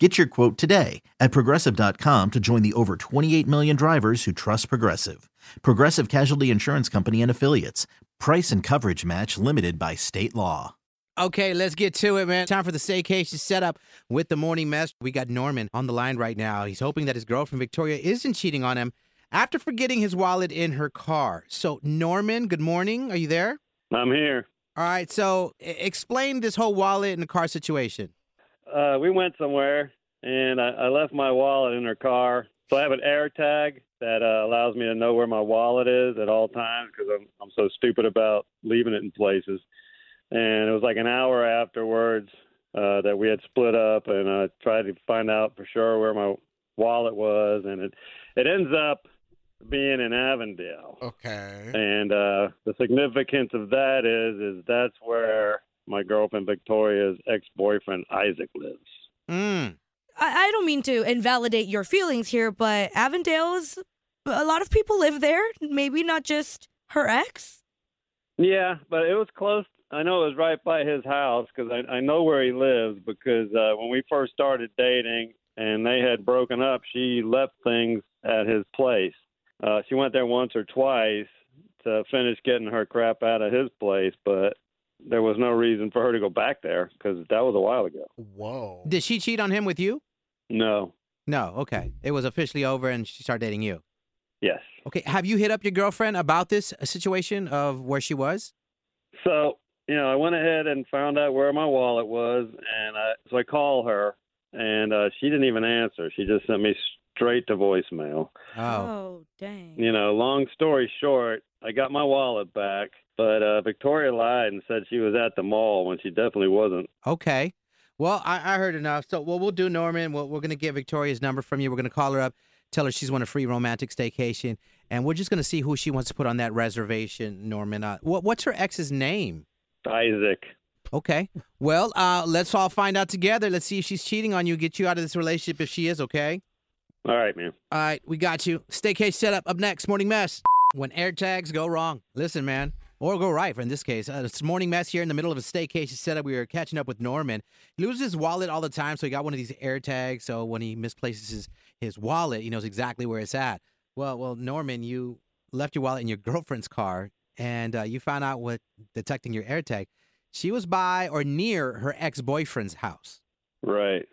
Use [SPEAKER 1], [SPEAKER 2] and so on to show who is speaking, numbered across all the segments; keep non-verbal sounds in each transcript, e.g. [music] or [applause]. [SPEAKER 1] Get your quote today at progressive.com to join the over 28 million drivers who trust Progressive. Progressive Casualty Insurance Company and Affiliates. Price and coverage match limited by state law.
[SPEAKER 2] Okay, let's get to it, man. Time for the staycation setup with the morning mess. We got Norman on the line right now. He's hoping that his girlfriend Victoria isn't cheating on him after forgetting his wallet in her car. So, Norman, good morning. Are you there?
[SPEAKER 3] I'm here.
[SPEAKER 2] All right. So, e- explain this whole wallet in the car situation.
[SPEAKER 3] Uh, we went somewhere, and I, I left my wallet in her car. So I have an AirTag that uh, allows me to know where my wallet is at all times because I'm I'm so stupid about leaving it in places. And it was like an hour afterwards uh, that we had split up, and I tried to find out for sure where my wallet was, and it it ends up being in Avondale.
[SPEAKER 4] Okay.
[SPEAKER 3] And uh, the significance of that is, is that's where my girlfriend Victoria's ex-boyfriend Isaac lives.
[SPEAKER 2] Mm.
[SPEAKER 5] I, I don't mean to invalidate your feelings here, but Avondale's a lot of people live there. Maybe not just her ex.
[SPEAKER 3] Yeah, but it was close. I know it was right by his house because I, I know where he lives because uh, when we first started dating and they had broken up, she left things at his place. Uh, she went there once or twice to finish getting her crap out of his place, but there was no reason for her to go back there because that was a while ago.
[SPEAKER 4] Whoa.
[SPEAKER 2] Did she cheat on him with you?
[SPEAKER 3] No.
[SPEAKER 2] No. Okay. It was officially over and she started dating you.
[SPEAKER 3] Yes.
[SPEAKER 2] Okay. Have you hit up your girlfriend about this uh, situation of where she was?
[SPEAKER 3] So, you know, I went ahead and found out where my wallet was, and I, so I call her, and uh, she didn't even answer. She just sent me straight to voicemail.
[SPEAKER 2] Oh.
[SPEAKER 5] dang.
[SPEAKER 3] You know, long story short, I got my wallet back, but uh, Victoria lied and said she was at the mall when she definitely wasn't.
[SPEAKER 2] Okay. Well, I, I heard enough. So what we'll do, Norman, we'll, we're going to get Victoria's number from you. We're going to call her up, tell her she's won a free romantic staycation, and we're just going to see who she wants to put on that reservation, Norman. Uh, what, what's her ex's name?
[SPEAKER 3] Isaac.
[SPEAKER 2] Okay. Well, uh, let's all find out together. Let's see if she's cheating on you, get you out of this relationship if she is, okay?
[SPEAKER 3] All right, man.
[SPEAKER 2] All right, we got you. Staycation setup up next. Morning mess. When air tags go wrong, listen, man, or go right. For in this case, uh, it's morning mess here in the middle of a staycation setup. We were catching up with Norman. He loses his wallet all the time, so he got one of these air tags. So when he misplaces his, his wallet, he knows exactly where it's at. Well, well, Norman, you left your wallet in your [laughs] girlfriend's car, and uh, you found out what detecting your air tag. She was by or near her ex boyfriend's house.
[SPEAKER 3] Right.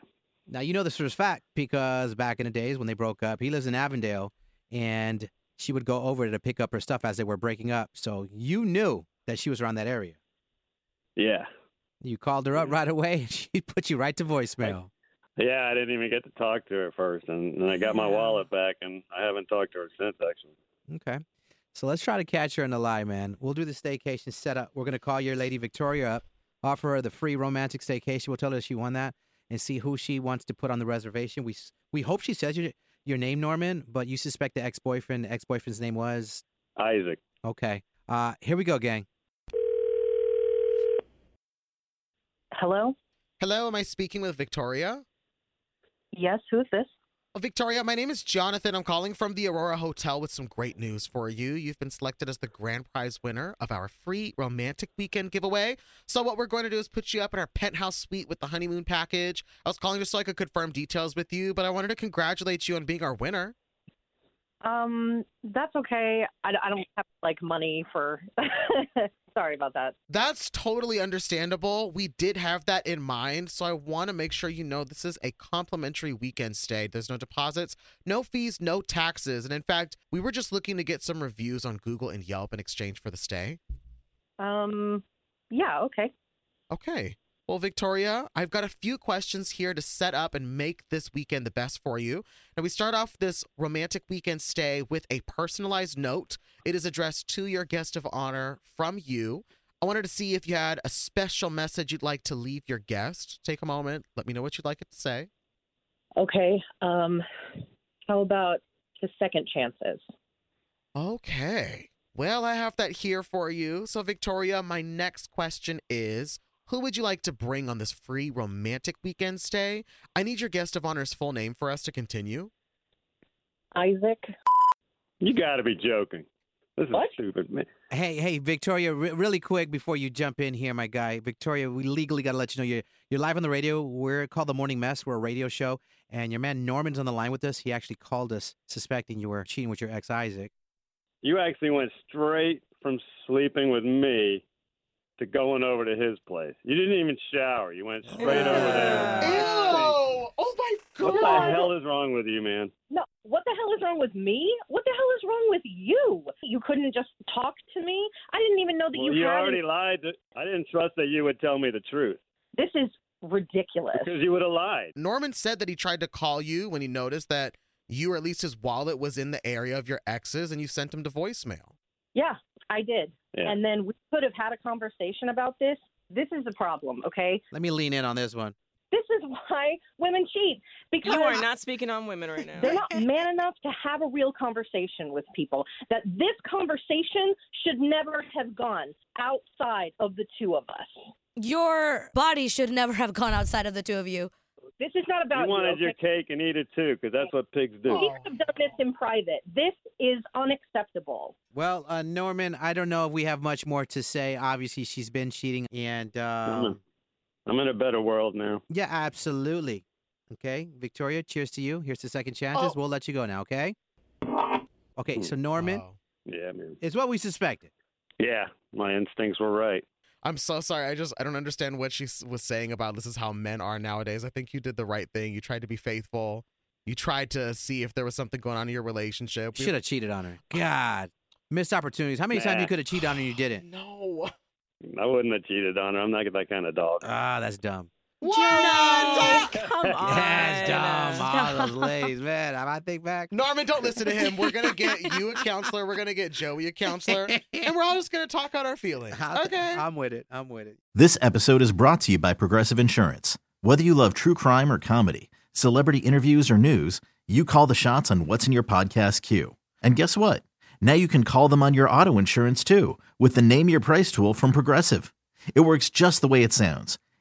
[SPEAKER 2] Now you know this for a fact because back in the days when they broke up, he lives in Avondale, and she would go over to pick up her stuff as they were breaking up. So you knew that she was around that area.
[SPEAKER 3] Yeah.
[SPEAKER 2] You called her up right away, [laughs] and she put you right to voicemail.
[SPEAKER 3] Yeah, I didn't even get to talk to her at first, and, and I got my
[SPEAKER 5] Yeah.
[SPEAKER 3] wallet back, and I haven't talked to her since, actually.
[SPEAKER 2] Okay, so let's try to catch her in a lie, man. We'll do the staycation setup. We're gonna call your lady Victoria up, offer her the free romantic staycation. We'll tell her she won that, and see who she wants to put on the reservation. We s- we hope she says your your name, Norman, but you suspect the ex boyfriend. Ex boyfriend's name was
[SPEAKER 3] Isaac.
[SPEAKER 2] Okay. Uh, here we go, gang.
[SPEAKER 6] Hello?
[SPEAKER 4] Hello, am I speaking with Victoria?
[SPEAKER 6] Yes, who is this?
[SPEAKER 4] Oh, Victoria, my name is Jonathan. I'm calling from the Aurora Hotel with some great news for you. You've been selected as the grand prize winner of our free romantic weekend giveaway. So, what we're going to do is put you up in our penthouse suite with the honeymoon package. I was calling just so I could confirm details with you, but I wanted to congratulate you on being our winner.
[SPEAKER 6] Um, that's okay. I, I don't have like money for. [laughs] Sorry about that.
[SPEAKER 4] That's totally understandable. We did have that in mind, so I want to make sure you know this is a complimentary weekend stay. There's no deposits, no fees, no taxes. And in fact, we were just looking to get some reviews on Google and Yelp in exchange for the stay.
[SPEAKER 6] Um, yeah, okay.
[SPEAKER 4] Okay. Well, Victoria, I've got a few questions here to set up and make this weekend the best for you. Now, we start off this romantic weekend stay with a personalized note. It is addressed to your guest of honor from you. I wanted to see if you had a special message you'd like to leave your guest. Take a moment, let me know what you'd like it to say.
[SPEAKER 6] Okay. Um, how about his second chances?
[SPEAKER 4] Okay. Well, I have that here for you. So, Victoria, my next question is Who would you like to bring on this free romantic weekend stay? I need your guest of honor's full name for us to continue.
[SPEAKER 6] Isaac.
[SPEAKER 3] You got to be joking. This is
[SPEAKER 6] What?
[SPEAKER 3] stupid. Man.
[SPEAKER 2] Hey, hey, Victoria, re- really quick before you jump in here, my guy. Victoria, we legally got to let you know you're, you're live on the radio. We're called The Morning Mess. We're a radio show. And your man Norman's on the line with us. He actually called us suspecting you were cheating with your ex, Isaac.
[SPEAKER 3] You actually went straight from sleeping with me to going over to his place. You didn't even shower. You went straight over there.
[SPEAKER 2] Ew.
[SPEAKER 4] Oh my
[SPEAKER 3] What the
[SPEAKER 6] God.
[SPEAKER 3] hell is wrong with you, man?
[SPEAKER 6] No, what the hell is wrong with me? What the hell is wrong with you? You couldn't just talk to me? I didn't even know that
[SPEAKER 3] Well,
[SPEAKER 6] you,
[SPEAKER 3] you
[SPEAKER 6] had.
[SPEAKER 3] already lied. To, I didn't trust that you would tell me the truth
[SPEAKER 6] This is ridiculous.
[SPEAKER 3] because you would have lied.
[SPEAKER 4] Norman said that he tried to call you when he noticed that you or at least his wallet was in the area of your ex's and you sent him to voicemail.
[SPEAKER 6] Yeah, I did.
[SPEAKER 3] Yeah.
[SPEAKER 6] And then we could have had a conversation about this. This is the problem, okay?
[SPEAKER 2] Let me lean in on this one.
[SPEAKER 6] This is why women cheat because
[SPEAKER 7] You are
[SPEAKER 6] [laughs]
[SPEAKER 7] not speaking on women right now.
[SPEAKER 6] they're
[SPEAKER 3] [laughs]
[SPEAKER 6] not man enough to have a real conversation with people. That this conversation should never have gone outside of the two of us.
[SPEAKER 5] Your body should never have gone outside of the two of you.
[SPEAKER 6] This is not about
[SPEAKER 3] You wanted
[SPEAKER 6] okay?
[SPEAKER 3] your cake and eat it too, because that's what pigs do.
[SPEAKER 6] He could have done this in private. This is unacceptable.
[SPEAKER 2] Well, uh, Norman, I don't know if we have much more to say. Obviously, she's been cheating, and um,
[SPEAKER 3] Mhm. I'm in a better world now.
[SPEAKER 2] yeah, absolutely. Okay, Victoria, cheers to you. Here's to second chances.
[SPEAKER 6] Oh.
[SPEAKER 2] We'll let you go now. Okay. Okay,
[SPEAKER 3] Hmm.
[SPEAKER 2] so Norman
[SPEAKER 4] Wow.
[SPEAKER 3] Yeah, man.
[SPEAKER 2] is what we suspected.
[SPEAKER 3] Yeah, my instincts were right.
[SPEAKER 4] I'm so sorry. I just I don't understand what she s- was saying about this is how men are nowadays. I think you did the right thing. You tried to be faithful. You tried to see if there was something going on in your relationship. We-
[SPEAKER 2] Should have cheated on her. God, missed opportunities. How many times you
[SPEAKER 3] Nah.
[SPEAKER 2] could have cheated on her and you didn't?
[SPEAKER 4] [sighs] No.
[SPEAKER 3] I wouldn't have cheated on her. I'm not that kind of
[SPEAKER 2] [laughs]
[SPEAKER 3] dog.
[SPEAKER 2] Ah, that's dumb.
[SPEAKER 7] What? Come
[SPEAKER 2] [laughs]
[SPEAKER 7] on.
[SPEAKER 2] That's dumb. All
[SPEAKER 4] [laughs]
[SPEAKER 2] those ladies, man. I might think back.
[SPEAKER 4] Norman, don't listen to him. We're gonna get you a counselor. We're gonna get Joey a counselor,
[SPEAKER 2] [laughs]
[SPEAKER 4] and we're all just gonna talk out our feelings.
[SPEAKER 2] I'll t-
[SPEAKER 4] Okay.
[SPEAKER 2] I'm with it. I'm with it.
[SPEAKER 1] This episode is brought to you by Progressive Insurance. Whether you love true crime or comedy, celebrity interviews or news, you call the shots on what's in your podcast queue. And guess what? Now you can call them on your auto insurance too with the Name Your Price tool from Progressive. It works just the way it sounds.